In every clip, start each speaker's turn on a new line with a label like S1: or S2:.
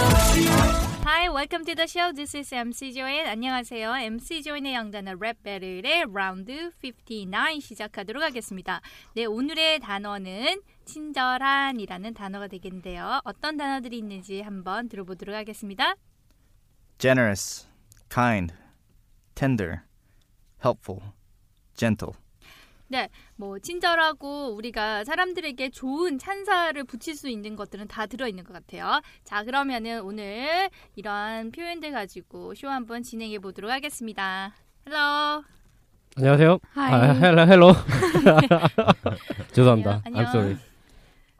S1: Hi, welcome to the show. This is MC Join. 안녕하세요. MC Join의 영단어 랩 배틀의 라운드 59 시작하도록 하겠습니다. 네, 오늘의 단어는 친절한이라는 단어가 되겠는데요. 어떤 단어들이 있는지 한번 들어보도록 하겠습니다.
S2: generous, kind, tender, helpful, gentle.
S1: 네, 뭐 친절하고 우리가 사람들에게 좋은 찬사를 붙일 수 있는 것들은 다 들어 있는 것 같아요. 자, 그러면은 오늘 이런 표현들 가지고 쇼 한번 진행해 보도록 하겠습니다. Hello.
S3: 안녕하세요.
S1: Hi.
S3: 아, 헬로 헬로. 죄송합니다.
S1: 네, 안녕.
S3: I'm sorry.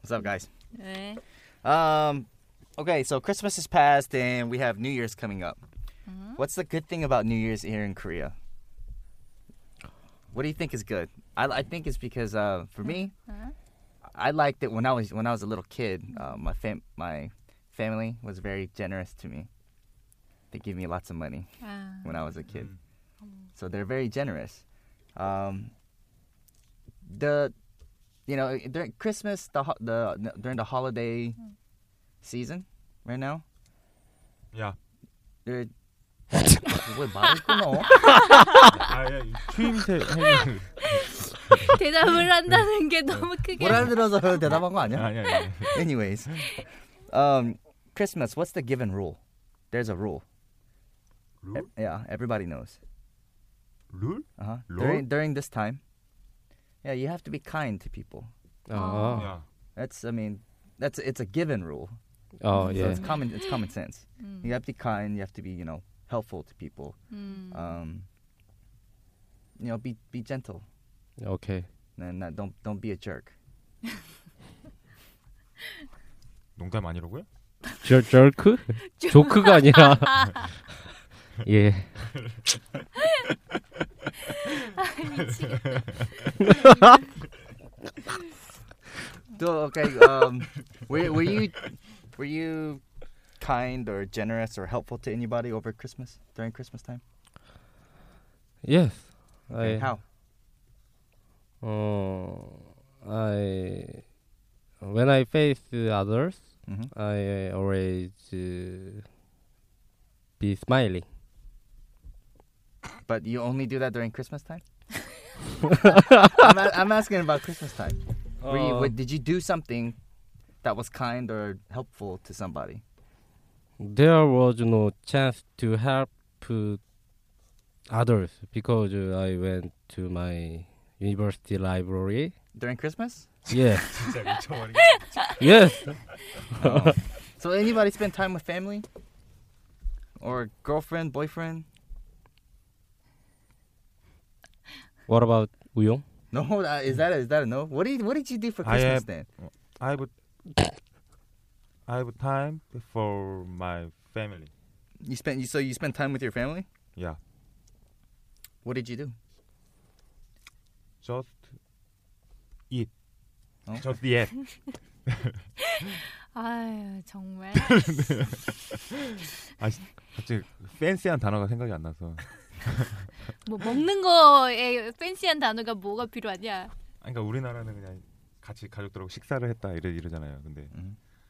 S2: What's up, guys?
S1: 네.
S2: Um, okay, so Christmas is past and we have New Year's coming up. What's the good thing about New Year's here in Korea? What do you think is good? I, I think it's because uh, for me, I liked it when I was when I was a little kid. Uh, my fam- my family was very generous to me. They gave me lots of money.
S1: 아,
S2: when I was a kid. So they're very generous. Um, the, you know, during Christmas, the ho- the during the holiday season, right now.
S4: Yeah.
S2: They're. 왜 말을 끊어?
S4: 아예 추임새
S1: 대답을 한다는 게 너무 크게
S2: 뭘 알아들어서 대답한 거 아니야?
S4: 아니 아니
S2: Anyways, um, Christmas. What's the given rule? There's a rule. E-
S4: 룰?
S2: Yeah, everybody knows.
S4: 룰?
S2: Uh-huh.
S4: Rule?
S2: During during this time, yeah, you have to be kind to people.
S1: 어.
S3: 아,
S4: 야
S2: That's I mean, that's it's a given rule.
S3: 어,
S2: So
S3: 예.
S2: it's common. It's common sense. You have to be kind. You have to be, you know, helpful to people.
S1: 음,
S2: Um, you know, be be gentle
S3: 오케이.
S2: and not, don't don't be a jerk.
S4: 농담 아니라고요?
S3: 절 절크? 조크가 아니라. 예.
S2: So, okay. Um, were were you were you kind or generous or helpful to anybody over Christmas during Christmas time?
S3: Yes.
S2: Okay,
S3: I
S2: How?
S3: 어, I when I face others,
S2: hmm
S3: I always uh, be smiling.
S2: But you only do that during Christmas time. I'm, a- I'm asking about Christmas time. Were you,
S3: 어,
S2: what, did you do something that was kind or helpful to somebody?
S3: There was no chance to help uh, others because uh, I went to my university library.
S2: during Christmas.
S3: Yeah.
S4: 진짜 미쳐버리
S3: yes.
S2: So anybody spend time with family or girlfriend, boyfriend?
S3: What about 우용?
S2: No, uh, is that a, is that a no? What did what did you do for
S4: I
S2: Christmas
S4: have-
S2: then?
S4: I have I have time for my family.
S2: You spent you so you spent time with your family.
S4: Yeah.
S2: What did you do?
S4: Just eat.
S2: 어?
S4: Just eat.
S1: 아유 정말
S4: 아 씨, 갑자기 팬시한 단어가 생각이 안 나서.
S1: 뭐 먹는 거에 팬시한 단어가 뭐가 필요하냐?
S4: 아니, 그러니까 우리나라는 그냥 같이 가족들하고 식사를 했다 이러 이러잖아요. 근데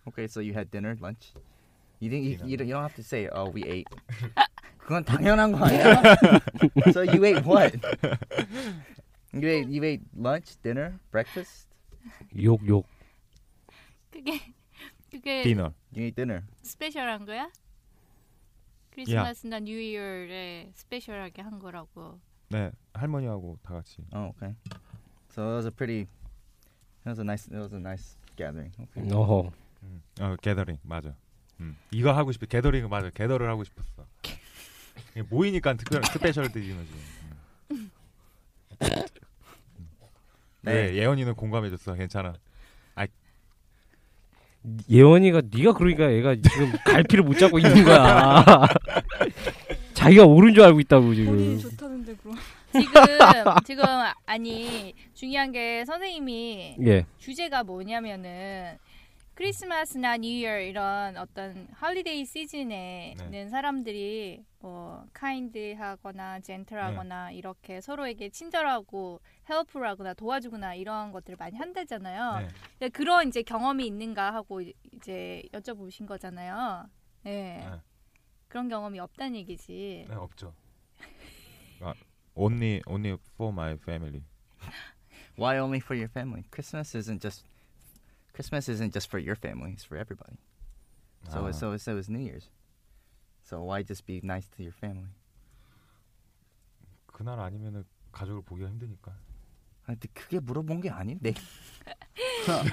S2: Okay, so you had dinner, lunch. You didn't. You,
S4: Dinner.
S2: you don't. You don't have to say. Oh, we ate. 그건 당연한 거 아니야? so you ate what? You ate you ate lunch, dinner, breakfast.
S3: 욕욕.
S1: 그게 그게
S4: 디너.
S2: You ate dinner.
S1: 스페셜한 거야? 크리스마스나 뉴이어에 스페셜하게 한 거라고.
S4: 네, 할머니하고 다 같이.
S2: Oh, okay. So it was a pretty. It was a nice. It was a nice gathering. Okay.
S3: 어허.
S4: 음. 어, 게더링 맞아. 음. 이거 하고 싶어. 게더링 맞아. 게더를 하고 싶었어. 이게 모이니까 특별 스페셜들이너지. 네, 예언이는 공감해줬어. 괜찮아.
S3: 예원이가 네가 그러니까 얘가 지금 갈피를 못 잡고 있는 거야. 자기가 옳은 줄 알고 있다고 지금.
S1: 좋다는데 그럼. 지금 지금 아니 중요한 게 선생님이
S3: 예.
S1: 주제가 뭐냐면은 크리스마스나 뉴이어 이런 어떤 홀리데이 시즌에는 사람들이 뭐 카인드하거나 젠틀하거나 이렇게 서로에게 친절하고 헬프하거나 도와주거나 이런 것들을 많이 한다잖아요.
S4: 네.
S1: 근데 그런 이제 경험이 있는가 하고 이제 여쭤보신 거잖아요. 네.
S4: 네.
S1: 그런 경험이 없다는 얘기지.
S4: 네, 없죠. 아, only only for my family.
S2: Why only for your family? Christmas isn't just. Christmas isn't just for your family. It's for everybody. So
S4: 아,
S2: it's so so is New Year's. So why just be nice to your family?
S4: 그날 아니면은 가족을 보기가 힘드니까.
S2: 아, 근데 그게 물어본 게 아닌데.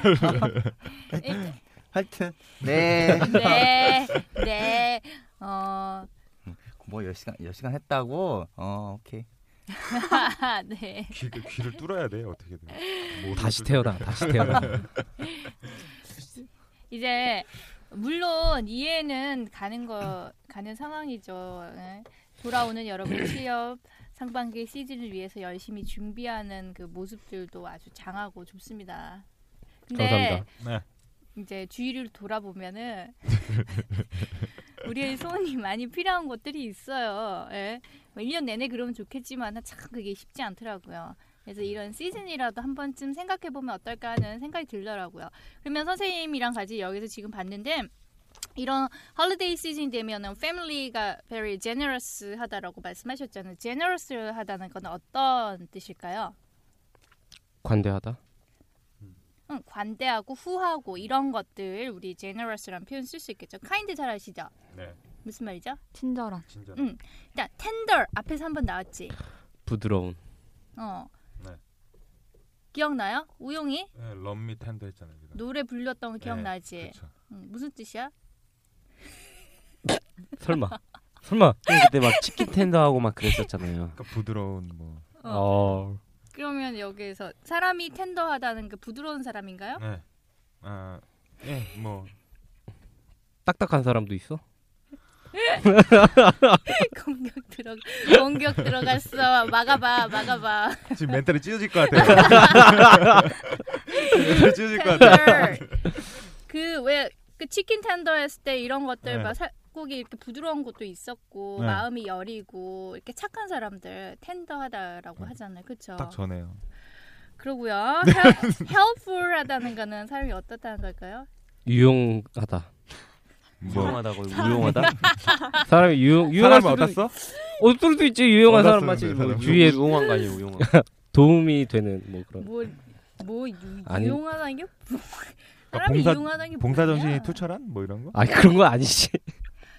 S2: 하여튼
S1: 네. 네. 어.
S2: 네뭐1 0 시간 1 0 시간 했다고. 어 오케이.
S1: 네.
S4: 귀, 귀를 뚫어야 돼 어떻게든. 모든
S3: 다시
S4: 뚫-
S3: 태어나. 다시
S5: 네.
S3: 태어나.
S1: 이제 물론 이해는 가는 거 가는 상황이죠. 예. 돌아오는 여러분 취업 상반기 시즌을 위해서 열심히 준비하는 그 모습들도 아주 장하고 좋습니다. 근데
S3: 감사합니다.
S4: 네.
S1: 이제 주위를 돌아보면은 우리의 손이 많이 필요한 것들이 있어요. 예. 뭐 1년 내내 그러면 좋겠지만 참 그게 쉽지 않더라고요. 그래서 이런 시즌이라도 한 번쯤 생각해 보면 어떨까 하는 생각이 들더라고요. 그러면 선생님이랑 같이 여기서 지금 봤는데 이런 홀리데이 시즌 되면은 패밀리가 very generous 하다라고 말씀하셨잖아요. generous 하다는 건 어떤 뜻일까요?
S3: 관대하다.
S1: 응, 관대하고 후하고 이런 것들 우리 generous란 표현 쓸 수 있겠죠. kind 잘 아시죠?
S4: 네.
S1: 무슨 말이죠?
S6: 친절한.
S4: 진짜.
S1: 음. 일단 tender 앞에서 한 번 나왔지.
S3: 부드러운.
S1: 어.
S4: 네.
S1: 기억나요? 우용이
S4: 네, 럼미 텐도 했잖아요. 제가.
S1: 노래 불렸던 거
S4: 네,
S1: 기억나지?
S4: 그쵸.
S1: 응, 무슨 뜻이야?
S3: 설마. 설마.
S5: 그때 막 치킨 텐더 하고 막 그랬었잖아요.
S4: 그러니까 부드러운 뭐.
S3: 어.
S1: 그러면 여기에서 사람이 텐더하다는 게 부드러운 사람인가요?
S4: 네. 아, 예, 뭐
S3: 딱딱한 사람도 있어?
S1: 공격 들어 공격 들어갔어. 막아봐, 막아봐.
S4: 지금 멘탈이 찢어질 것 같아요. 멘탈이 찢어질 것 같아요. 네.
S1: 그왜 그 치킨 텐더 했을 때 이런 것들
S4: 네.
S1: 막 살코기 이렇게 부드러운 것도 있었고
S4: 네.
S1: 마음이 여리고 이렇게 착한 사람들 텐더하다라고
S4: 음,
S1: 하잖아요, 그렇죠?
S4: 딱 네. 전에요.
S1: 그러고요. 헬- helpful하다는 거는 사람이 어떻다는 걸까요?
S3: 유용하다.
S4: 뭐
S5: 유용하다고 유용하다?
S3: 사람이 유용 유용할
S4: 사람
S3: 수도
S4: 얻었어?
S3: 어떨 수도 있지. 유용한 사람 마치
S4: 얻었어요,
S3: 뭐
S4: 네,
S3: 주위에
S5: 유용한 거 아니에요? 유용한.
S3: 도움이 되는 뭐 그런.
S1: 뭐뭐
S3: 아니-
S1: 유용하다는 게 뭐- 사람이
S4: 그러니까 봉사-
S1: 유용하다는 게
S4: 봉사 정신이
S1: 뭐냐?
S4: 투철한 뭐 이런 거?
S3: 아니 그런 거 아니지.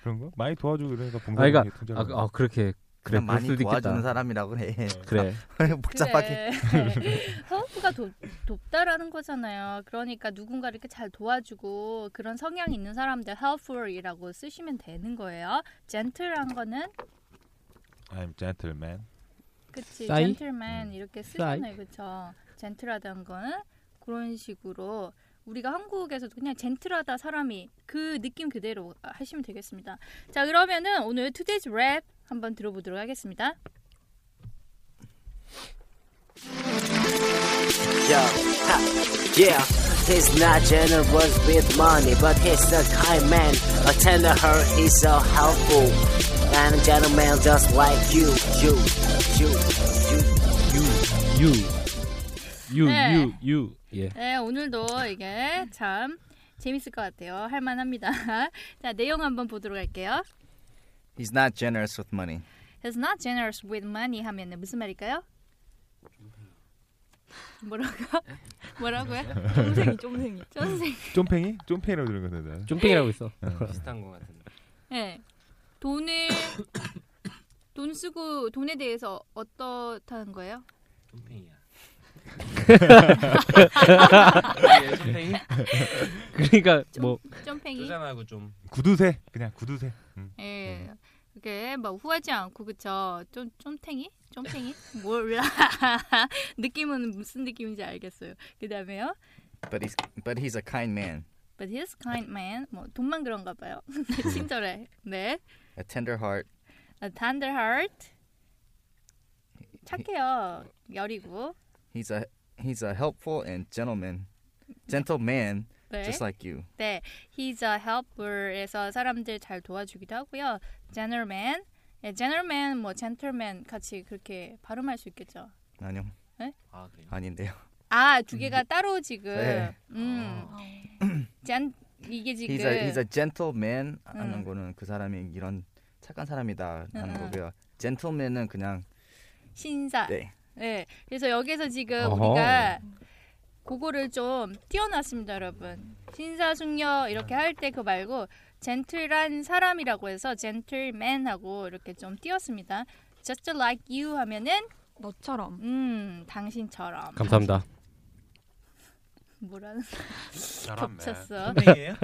S4: 그런 거? 많이 도와주고 이러니까 봉사
S3: 아, 그러니까-
S4: 정신이
S3: 아,
S4: 투철한.
S3: 아 그렇게 그래.
S2: 그냥
S3: 그럴
S2: 많이
S3: 수도
S2: 도와주는
S3: 있겠다.
S2: 사람이라고 해.
S3: 그래.
S2: 복잡하게.
S1: 허브가 네. 돕, 돕다라는 거잖아요. 그러니까 누군가 이렇게 잘 도와주고 그런 성향 있는 사람들 helpful이라고 쓰시면 되는 거예요. gentle한 거는
S4: I'm gentleman.
S1: 그치
S3: 싸이?
S2: 음.
S1: gentleman 이렇게 쓰잖아요. 그쵸? gentle하다는 거는 그런 식으로 우리가 한국에서도 그냥 젠틀하다 사람이 그 느낌 그대로 하시면 되겠습니다. 자 그러면은 오늘 today's rap 한번 들어보도록 하겠습니다.
S7: Yo, ha, yeah. He's not generous with money, but he's a kind man. A tender heart, he's so helpful. And a gentleman just like you, you, you, you.
S3: 유
S1: 네.
S3: 유 유. 예.
S1: 네, 오늘도 이게 참 재밌을 것 같아요. 할만합니다. 자, 내용 한번 보도록 할게요.
S2: He's not generous with money.
S1: He's not generous with money 하면 무슨 말일까요? 뭐라고? 뭐라고요?
S6: 쫌생이 쫌생이.
S1: 선생.
S4: 쫌팽이? 쫌팽이라고 들은 건데.
S3: 쫌팽이라고 있어.
S5: 비슷한 거 같은데.
S1: 네. 돈을 돈 쓰고 돈에 대해서 어떻다는 거예요?
S5: 똥팽이야. 예, 똥팽이?
S3: 그러니까 뭐
S1: 점팽이.
S5: 여자하고 좀
S4: 구두쇠 그냥 구두쇠. 음.
S1: 예. 그게 막 후하지 않고 그쵸? 좀 쫌팽이? 쫌팽이? 몰라. 느낌은 무슨 느낌인지 알겠어요. 그다음에요.
S2: But he's but he's a kind man,
S1: But he's kind man. 뭐 돈만 그런가 봐요. 친절해. 네.
S2: a tender heart.
S1: A tender heart. 착해요. 여리고.
S2: He's a he's a helpful and gentleman, gentle man,
S1: 네.
S2: just like you.
S1: 네, he's a helper에서 사람들 잘 도와주기도 하고요. gentleman, 예, gentleman 뭐 gentleman 같이 그렇게 발음할 수 있겠죠.
S2: 아니요,
S1: 네?
S5: 아, 그래요?
S2: 아닌데요.
S1: 아, 두 개가 따로 지금.
S2: 네.
S8: 어.
S1: 음,
S6: 아,
S1: 젠 이게 지금
S2: He's a he's a gentle man 하는
S1: 음.
S2: 거는 그 사람이 이런 착한 사람이다 하는
S1: 음, 음.
S2: 거고요. gentleman은 그냥
S1: 신사. 네.
S2: 네.
S1: 그래서 여기서 지금
S3: 어허.
S1: 우리가 그거를 좀 띄워놨습니다, 여러분. 신사숙녀 이렇게 할 때 그 말고 젠틀한 사람이라고 해서 gentleman하고 이렇게 좀 띄웠습니다. Just like you 하면은
S6: 너처럼
S1: 음, 당신처럼
S3: 감사합니다.
S1: 뭐라는
S4: 잘하네.
S1: 겹쳤어.
S5: 똥팽이에요?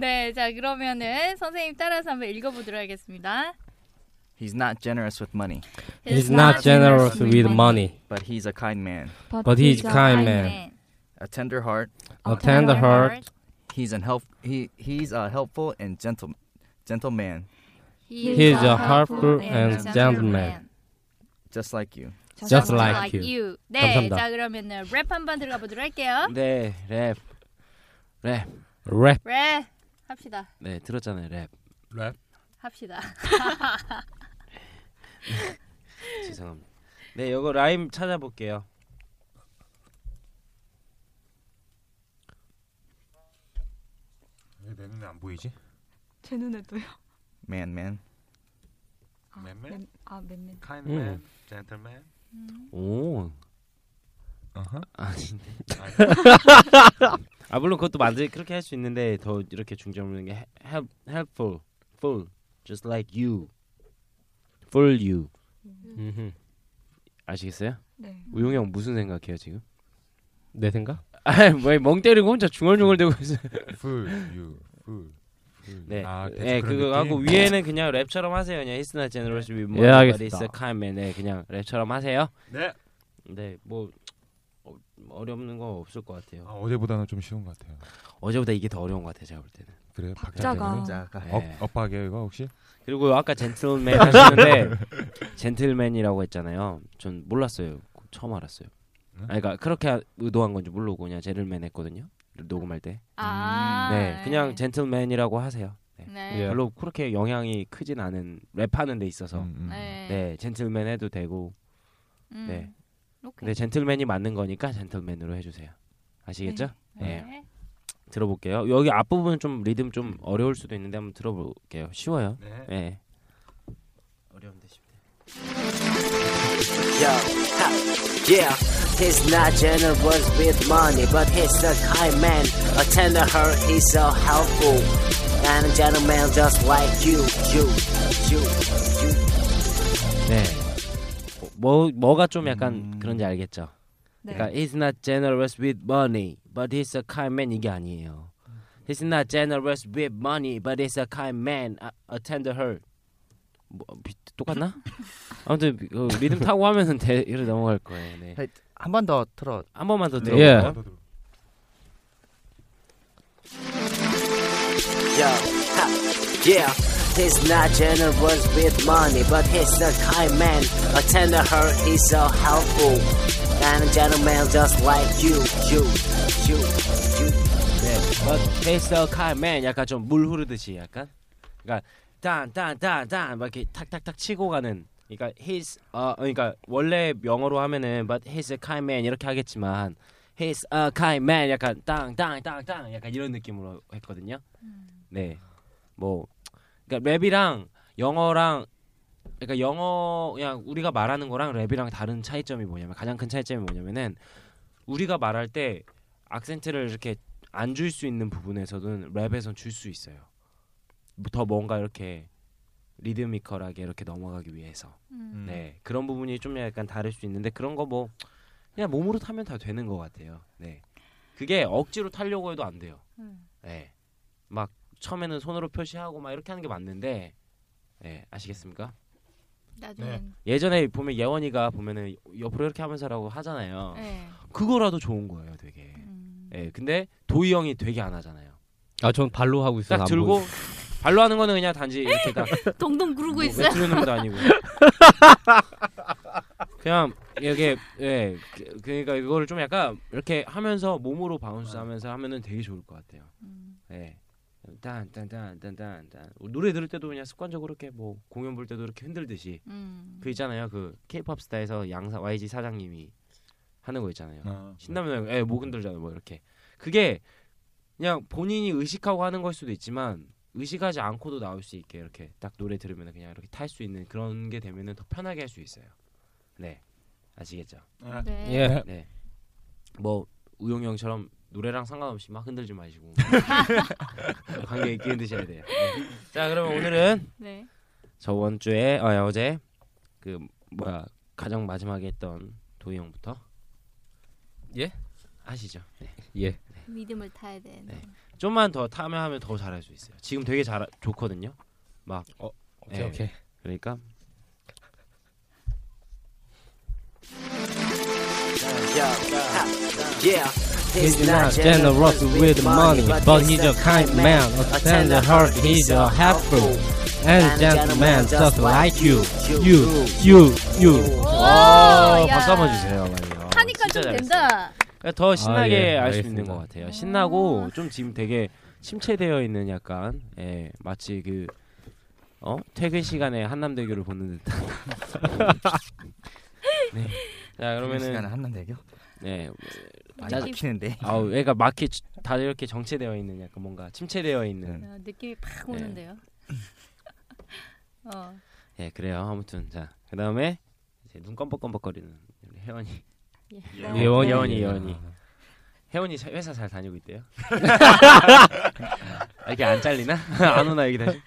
S1: 네, 자 그러면은 선생님 따라서 한번 읽어보도록 하겠습니다.
S2: he's not generous with money,
S3: He's not generous with money,
S2: but he's a kind man,
S3: but he's kind man.
S1: man.
S2: a tender heart.
S3: A tender heart.
S2: He's an help he he's a helpful and gentle gentle man,
S1: He
S3: He
S1: is
S3: is a helpful and gentleman,
S2: just like you.
S3: just
S1: just
S3: like
S1: like
S3: you.
S1: you. 네,
S3: 감사합니다.
S1: 자 그러면은 랩 한번 들어가 보도록 할게요.
S5: 네, 랩. 랩.
S3: Rap.
S1: 랩 합시다,
S5: 네, 들었잖아요, 랩.
S4: 랩.
S1: 합시다.
S5: 죄송합니다. 네, 요거 라임 찾아볼게요.
S4: 왜 내 눈에 안 보이지?
S6: 제 눈에도요.
S2: Man man.
S6: 아,
S4: 맨맨?
S6: 맨- 아 맨맨.
S4: kind
S5: 음.
S4: man, gentleman.
S5: 오.
S4: 어허.
S5: 아닌데.
S4: 아니.
S5: 아, 물론 그것도 만들 그렇게 할 수 있는데 더 이렇게 중점을 두는 게 help helpful, full, just like you, full you.
S3: 음흠.
S5: 아시겠어요?
S6: 네.
S5: 우용이 형 무슨 생각해요 지금?
S3: 내 생각?
S5: 아왜멍 때리고 혼자 중얼중얼 대고 있어요.
S4: Fool you, fool. fool.
S5: 네,
S4: 아, 대충
S5: 네
S4: 그런
S5: 그거 하고
S4: 느낌?
S5: 위에는 그냥 랩처럼 하세요. 그냥 히스나 제너러시 위
S3: 예, 알겠습니다.
S5: 카멘 네 그냥 랩처럼 하세요.
S4: 네.
S5: 네, 뭐 어, 어렵는 거 없을 것 같아요.
S4: 아, 어제보다는 좀 쉬운 것 같아요.
S5: 어제보다 이게 더 어려운 것 같아요, 제가 볼 때는.
S4: 그래요?
S6: 박자가.
S4: 박자가.
S2: 자, 아까
S5: 네.
S4: 업 업하게 이거 혹시?
S5: 그리고 아까 젠틀맨 하셨는데 젠틀맨이라고 했잖아요. 전 몰랐어요. 처음 알았어요.
S4: 네?
S5: 아, 그러니까 그렇게 의도한 건지 모르고 그냥 젠틀맨 했거든요. 녹음할 때.
S1: 아,
S5: 네, 그냥 젠틀맨이라고 하세요. 네.
S1: 네,
S3: 예.
S5: 별로 그렇게 영향이 크진 않은 랩하는 데 있어서
S4: 음, 음.
S1: 네,
S5: 네 젠틀맨 해도 되고
S1: 음,
S5: 네.
S1: 오케이.
S5: 근데 젠틀맨이 맞는 거니까 젠틀맨으로 해주세요. 아시겠죠? 네.
S1: 네.
S5: 들어볼게요. 여기 앞부분 좀 리듬 좀 어려울 수도 있는데 한번 들어볼게요. 쉬워요.
S4: 네.
S5: 네. 어려운데 쉽.
S7: Yo, ha, yeah, he's not generous with money, but he's a kind man. A tender heart, he's so helpful. And a gentleman just like you, you, you, you.
S5: 네. 뭐 뭐가 좀 약간 그런지 알겠죠.
S6: 네.
S5: 그러니까 he's not generous with money, but he's a kind man 이게 아니에요. He's not generous with money, but he's a kind man. A, a tender heart. 뭐, 비, 똑같나? 아무튼 그 리듬 타고 하면은 대, 이로 넘어갈 거예요. 네.
S2: 한 번 더 틀어.
S5: 한 번만 더
S3: 예.
S5: 네, 들어볼까요?
S7: Yo, ha, yeah, he's not generous with money, but he's a kind man. A tender heart, he's so helpful. And a gentleman just like you, you, you, you.
S5: 네, but he's a kind man. 약간 좀 물 흐르듯이 약간. 그러니까 딴딴딴딴 막 이렇게 탁탁탁 치고 가는. 그러니까 he's 어 그러니까 원래 영어로 하면은 but he's a kind man 이렇게 하겠지만 he's a kind man 약간 땅땅땅땅 약간 이런 느낌으로 했거든요. 네, 뭐 그러니까 랩이랑 영어랑 그러니까 영어 그냥 우리가 말하는 거랑 랩이랑 다른 차이점이 뭐냐면 가장 큰 차이점이 뭐냐면은 우리가 말할 때 악센트를 이렇게 안 줄 수 있는 부분에서는 랩에선 줄 수 있어요. 뭐 더 뭔가 이렇게 리드미컬하게 이렇게 넘어가기 위해서
S1: 음.
S5: 네 그런 부분이 좀 약간 다를 수 있는데 그런 거 뭐 그냥 몸으로 타면 다 되는 것 같아요. 네 그게 억지로 타려고 해도 안 돼요.
S1: 음.
S5: 네. 막 처음에는 손으로 표시하고 막 이렇게 하는 게 맞는데 네, 아시겠습니까?
S1: 나중에
S5: 예전에 보면 예원이가 보면은 옆으로 이렇게 하면서라고 하잖아요.
S1: 네.
S5: 그거라도 좋은 거예요, 되게.
S1: 음.
S3: 네.
S5: 예, 근데 도희 형이 되게 안 하잖아요.
S3: 아, 전 발로 하고 있어요.
S5: 딱
S3: 안
S5: 들고
S3: 보여서.
S5: 발로 하는 거는 그냥 단지 이렇게 딱
S1: 동동 구르고
S5: 뭐
S1: 있어요.
S5: 외치는 것도 아니고. 그냥 이게 예, 그- 그러니까 이거를 좀 약간 이렇게 하면서 몸으로 바운스하면서 하면은 되게 좋을 것 같아요.
S1: 음.
S5: 예. 딴딴딴딴딴딴 노래 들을 때도 그냥 습관적으로 이렇게 뭐 공연 볼 때도 이렇게 흔들듯이
S1: 음.
S3: 네.
S5: 그 있잖아요 그 케이팝 스타에서 양사 YG 사장님이 하는 거 있잖아요
S4: 아,
S5: 신나면 예, 목 흔들잖아요 뭐 이렇게 그게 그냥 본인이 의식하고 하는 걸 수도 있지만 의식하지 않고도 나올 수 있게 이렇게 딱 노래 들으면 그냥 이렇게 탈 수 있는 그런 게 되면은 더 편하게 할 수 있어요 네 아시겠죠
S1: 네.
S3: 예.
S5: 네뭐 우용 형처럼 노래랑 상관없이 막 흔들지 마시고 관계 있게 흔드셔야 돼요 네. 자 그러면 오늘은
S1: 네.
S5: 저번 주에 아 어제 그 뭐야 가장 마지막에 했던 도희 형부터
S3: 예?
S5: 하시죠. 네.
S3: 예.
S1: 믿음을 타야 돼.
S5: 네. 좀만 더 타면 하면 더 잘할 수 있어요. 지금 되게 잘 좋거든요. 막
S3: 어,
S5: 오케이
S3: 오케이.
S5: 그러니까
S7: Yeah,
S3: He's not generous with money, but he's a kind man. A tender heart, he's a helpful and gentleman, just like you. You, you, you. 어,
S5: 와
S3: Oh,
S1: 야.
S5: 박수 한번 주세요. 많이요.
S1: 하니까 좀
S5: 진짜 잘했어요.
S1: 된다.
S5: 그러니까 더 신나게
S3: 예,
S5: 알 수 있는
S3: 알겠습니다.
S5: 것
S2: 음.
S5: 같아요. 신나고 좀 지금 되게 침체되어 있는 약간 예, 마치 그 어? 퇴근 시간에 한남대교를 보는 듯한. 네. 자
S2: 시간에
S5: 그러면은
S2: 한남대교?
S5: 네.
S2: 아, 많이
S5: 자,
S2: 막히는데.
S5: 아우 애가 마키 다 이렇게 정체되어 있는 약간 뭔가 침체되어 있는.
S1: 어, 느낌이 팍
S5: 네.
S1: 오는데요. 어.
S5: 예 그래요. 아무튼 자 그다음에 이제 눈 껌벅껌벅거리는 우리 혜원이.
S6: 네.
S3: 어, 예원이.
S5: 예원이, 예원이. 혜원이 사- 회사 잘 다니고 있대요. 아, 이게 안 잘리나? 안 오나 여기 다시?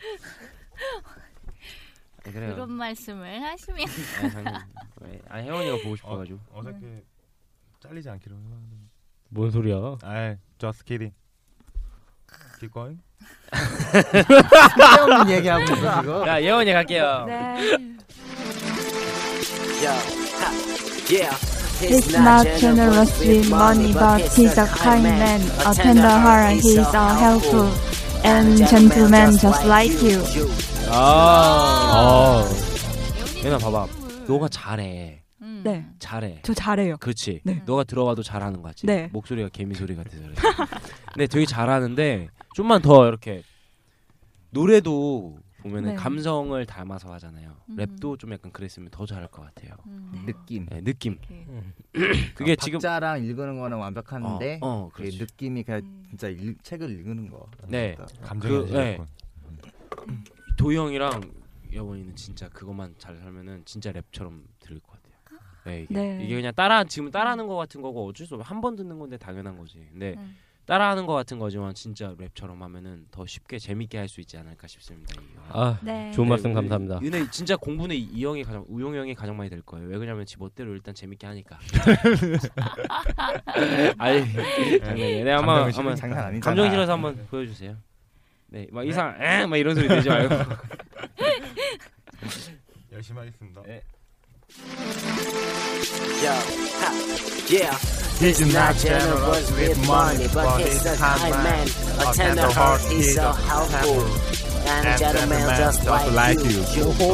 S5: 네, 그래요.
S1: 그런 말씀을 하시면
S5: 아, 당연히. 왜- 아 혜원이가 보고 싶어가지고.
S4: 어저께 잘리지 않기로 해봤는데.
S3: 뭔 소리야?
S4: 아이, 예. just kidding. Keep going.
S2: 쓸데없는 얘기하고 있어 지금.
S5: 자 예원이 갈게요.
S6: 네.
S7: He's not generous with money, but he's a kind man, a tender heart, he's a helpful and gentleman just like you.
S5: 아.
S1: 예원이
S5: 예나 봐봐.
S1: 선물.
S5: 너가 잘해.
S1: 음.
S6: 네.
S5: 잘해.
S6: 저 잘해요.
S5: 그렇지.
S6: 네.
S5: 너가 들어봐도 잘하는 거지.
S6: 네.
S5: 목소리가 개미 소리 같아서 그래. 근데 되게 잘하는데 좀만 더 이렇게 노래도 보면은
S6: 네.
S5: 감성을 닮아서 하잖아요.
S1: 음.
S5: 랩도 좀 약간 그랬으면 더 잘할 것 같아요.
S1: 음.
S2: 느낌.
S5: 네, 느낌.
S1: 이렇게.
S5: 그게
S2: 어,
S5: 지금
S2: 박자랑 읽는 거는 완벽한데
S5: 어, 어,
S2: 그
S5: 그렇지.
S2: 느낌이 그냥
S6: 음.
S2: 진짜 일, 책을 읽는 거.
S5: 네.
S4: 감정이
S5: 그-
S4: 그,
S5: 네.
S4: 네.
S5: 도영이랑 여원이는 진짜 그것만 잘 살면은 진짜 랩처럼 들릴 것 같아요. 네, 이게,
S6: 네.
S5: 이게 그냥 따라 지금 따라하는 것 같은 거고 어쩔 수 없어 한 번 듣는 건데 당연한 거지. 근데
S1: 음.
S5: 따라하는 것 같은 거지만 진짜 랩처럼 하면은 더 쉽게 재밌게 할 수 있지 않을까 싶습니다. 이 영화.
S3: 아,
S6: 네.
S3: 좋은
S5: 네,
S3: 말씀
S5: 우리-
S3: 감사합니다.
S5: 근데 진짜 공부는 이- 이 형이 가장 우용 형이 가장 많이 될 거예요. 왜 그러냐면 지 멋대로 일단 재밌게 하니까. 아니,
S4: 예.
S5: 장난이에요. 네, 아마
S4: 감정이
S5: 아마
S2: 장난 아니잖아.
S5: 감정 실어서 한번 보여주세요. 네, 막 이상 에막 이런 소리 내지 말고.
S4: 열심히 하겠습니다.
S5: 네.
S7: He's not generous with money, but he's a kind man, a tender heart, he's so helpful, and gentleman just like you. Oh.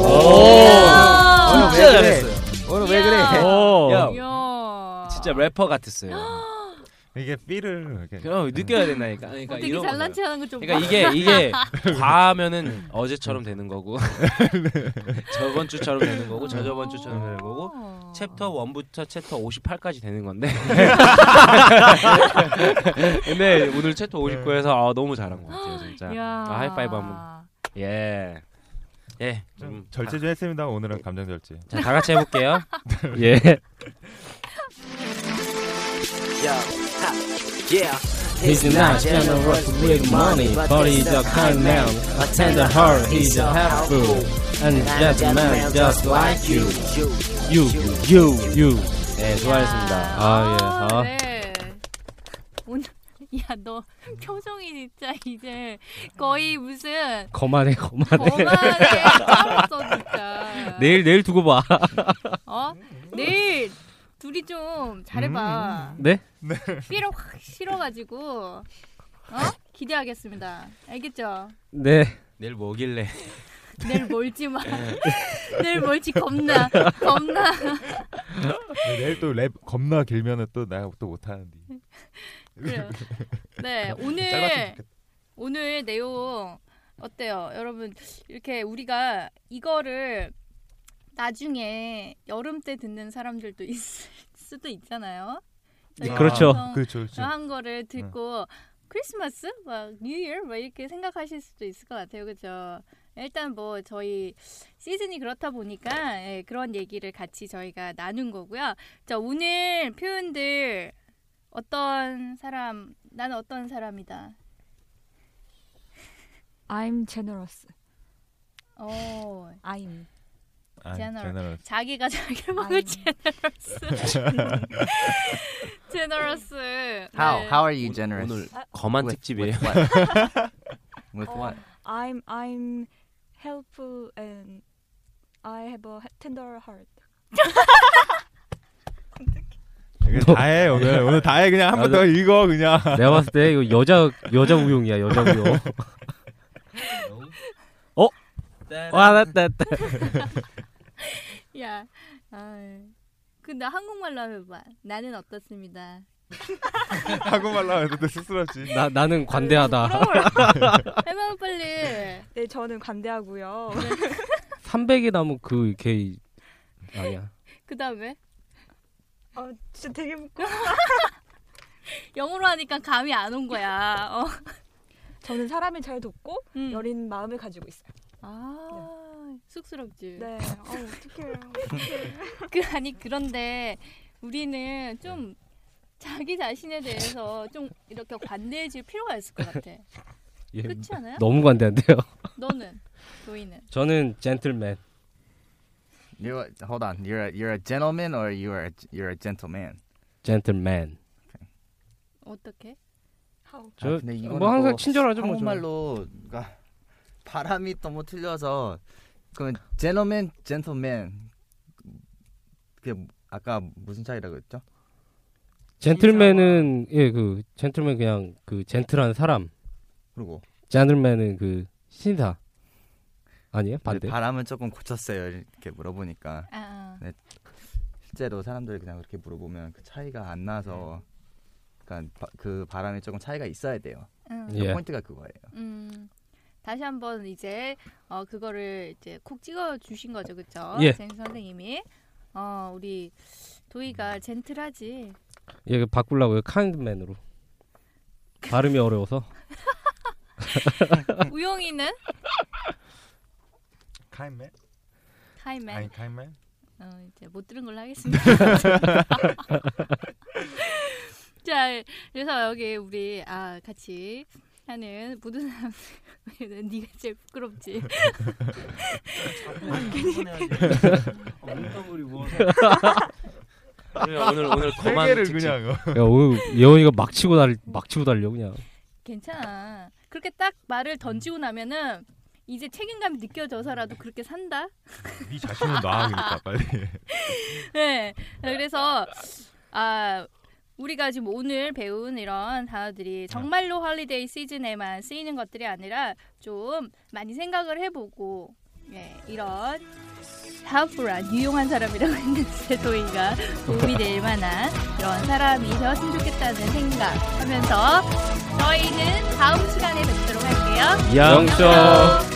S1: 오!
S5: 어,
S2: 오늘 왜 그래? 오늘 왜 그래?
S3: 어.
S5: 오. 야,
S1: 야.
S5: 어. 진짜 래퍼 같았어요.
S4: 이게 삐를 이렇게
S5: 그럼 느껴야 된다니까. 그러니까
S1: 어, 되게
S5: 이런
S1: 잘난
S5: 거예요.
S1: 체하는 거좀
S5: 그러니까 이게 이게 과하면은 어제처럼 되는 거고 저번 주처럼 되는 거고 저저번 주처럼 되는 거고
S6: 어.
S5: 챕터 1부터 챕터 58까지 되는 건데 근데 오늘 챕터 59에서 아, 너무 잘한 것 같아요 진짜 아, 하이파이브 한번 예예 아.
S4: 좀 절제 좀 했습니다. 오늘은 감정 절제.
S5: 자, 다 같이 해볼게요
S3: 네. 예.
S7: Yeah,
S3: He's not generous with money, but he's a kind man, a tender heart, he's a helpful, and gentleman just like you. You, you, you.
S5: 네, 수고하셨습니다. 아, 예. 아.
S1: 네. 오늘 야너 표정이 진짜 이제 거의 무슨
S3: 거만해,
S5: 네.
S3: 거만해.
S1: 거만해 떨었어 진짜.
S3: 내일, 내일 두고 봐.
S1: 어?
S4: 음.
S1: 내일 둘이 좀 잘해봐.
S3: 네?
S1: 삐로 확 실어가지고 어? 기대하겠습니다. 알겠죠?
S3: 네.
S5: 내일 뭐길래?
S1: 내일 뭘지 마.
S4: 네.
S1: 내일 뭘지 겁나 겁나.
S4: 근데 네, 내일 또 랩 겁나 길면은 또 내가 또 못하는데.
S1: 그래요. 네
S4: 짧았으면
S1: 오늘 오늘 내용 어때요 여러분 이렇게 우리가 이거를 나중에 여름 때 듣는 사람들도 있을 수도 있잖아요 어, 저희가
S3: 그렇죠.
S1: 방송
S4: 그렇죠, 그렇죠.
S1: 한 거를 듣고 크리스마스 막뭐 뉴이어 막 이렇게 생각하실 수도 있을 것 같아요 그죠 일단 뭐 저희 시즌이 그렇다 보니까 예, 그런 얘기를 같이 저희가 나눈 거고요 자 오늘 표현들 어떤 사람 나는 어떤 사람이다
S6: I'm generous.
S1: 어
S6: I'm.
S4: 아,
S1: 제너럴.
S4: 제너럴.
S1: 자기가 자기를 먹을
S6: 아이고.
S1: 제너러스 제너러스 네.
S2: How how are you generous?
S5: 오늘 거만
S2: with,
S5: 특집이에요.
S2: with what? with
S6: 어,
S2: what?
S6: I'm I'm helpful and I have a tender heart.
S4: 이게 다해 오늘 오늘 다해 그냥 한 번 더 읽어 그냥.
S3: 내가 봤을 때 이거 여자, 여자 우용이야, 여자 우용. 어? 와, 나,
S1: 네.
S3: 나, 나.
S1: 야 아이. 근데 한국말로 하면 봐 나는 어떻습니다
S4: 한국말로 하면 또 쑥스럽지.
S3: 나, 나는 관대하다.
S1: 해봐 빨리
S6: 네 저는 관대하고요.
S3: 300에 나면 그, 이렇게. 아니야.
S1: 그 다음에
S6: 어 진짜 되게 부끄러.
S1: 영어로 하니까 감이 안 온 거야 어.
S6: 저는 사람을 잘 돕고
S1: 음.
S6: 여린 마음을 가지고 있어요.
S1: 아 쑥스럽지
S6: 네. 어 어떡해요.
S1: 그 아니 그런데 우리는 좀 자기 자신에 대해서 좀 이렇게 관대해질 필요가 있을 것 같아
S3: 얘
S1: 그렇지 않아요?
S3: 너무 관대한데요?
S1: 너는 너희는
S3: 저는 젠틀맨.
S2: You a- hold on. You're a, you're a gentleman or you are a, you're a gentleman.
S3: 젠틀맨.
S1: 어떻게?
S6: How?
S3: 저-
S2: 아, 근데 이거는
S3: 뭐 항상
S2: 또
S3: 친절하죠, 뭐. 저는.
S2: 한국말로 그러니까 발음이 너무 틀려서 그 gentleman, gentleman. 그 아까 무슨 차이라고 했죠?
S3: 젠틀맨은 예 그 젠틀맨 그냥 그 젠틀한 사람.
S2: 그리고
S3: 젠틀맨은 그 신사. 아니에요? 반대.
S2: 바람은 조금 고쳤어요. 이렇게 물어보니까
S1: 아,
S2: 실제로 사람들 그냥 그렇게 물어보면 그 차이가 안 나서
S3: 네.
S2: 그러니까 바, 그 바람이 조금 차이가 있어야 돼요.
S1: 음,
S2: 그
S3: 예.
S2: 포인트가 그거예요.
S1: 음. 다시 한번 이제 어, 그거를 이제 콕 찍어 주신 거죠, 그렇죠?
S3: 예.
S1: 젠 선생님이 어, 우리
S3: 음.
S1: 도희가 젠틀하지.
S3: 예, 그 바꾸려고요. 카인드맨으로. 발음이 어려워서. 아.
S1: 우영이는
S4: 카인맨?
S1: 카이맨.
S4: 아니 카인맨?
S1: 어, 이제 못 들은 걸로 하겠습니다. 자, 그래서 여기 우리 아 같이 하는 모든 사람들은 네가 제일 부끄럽지.
S5: 오늘 오늘 오늘 거만
S4: 세계를
S5: 특집.
S4: 그냥. 어.
S3: 야, 오늘 예원이가 막 치고 달, 막 치고 달려 그냥.
S1: 괜찮아. 그렇게 딱 말을 던지고 나면은 이제 책임감이 느껴져서라도 그렇게 산다.
S4: 네 자신을 놔 그러니까 빨리.
S1: 네. 그래서 아 우리가 지금 오늘 배운 이런 단어들이 정말로 헐리데이 시즌에만 쓰이는 것들이 아니라 좀 많이 생각을 해보고 예, 이런 helpful한 유용한 사람이라고 했는데 도희가 도움이 될 만한 이런 사람이 되었으면 좋겠다는 생각하면서 저희는 다음 시간에 뵙도록 할게요.
S3: 영쇼.
S1: 안녕.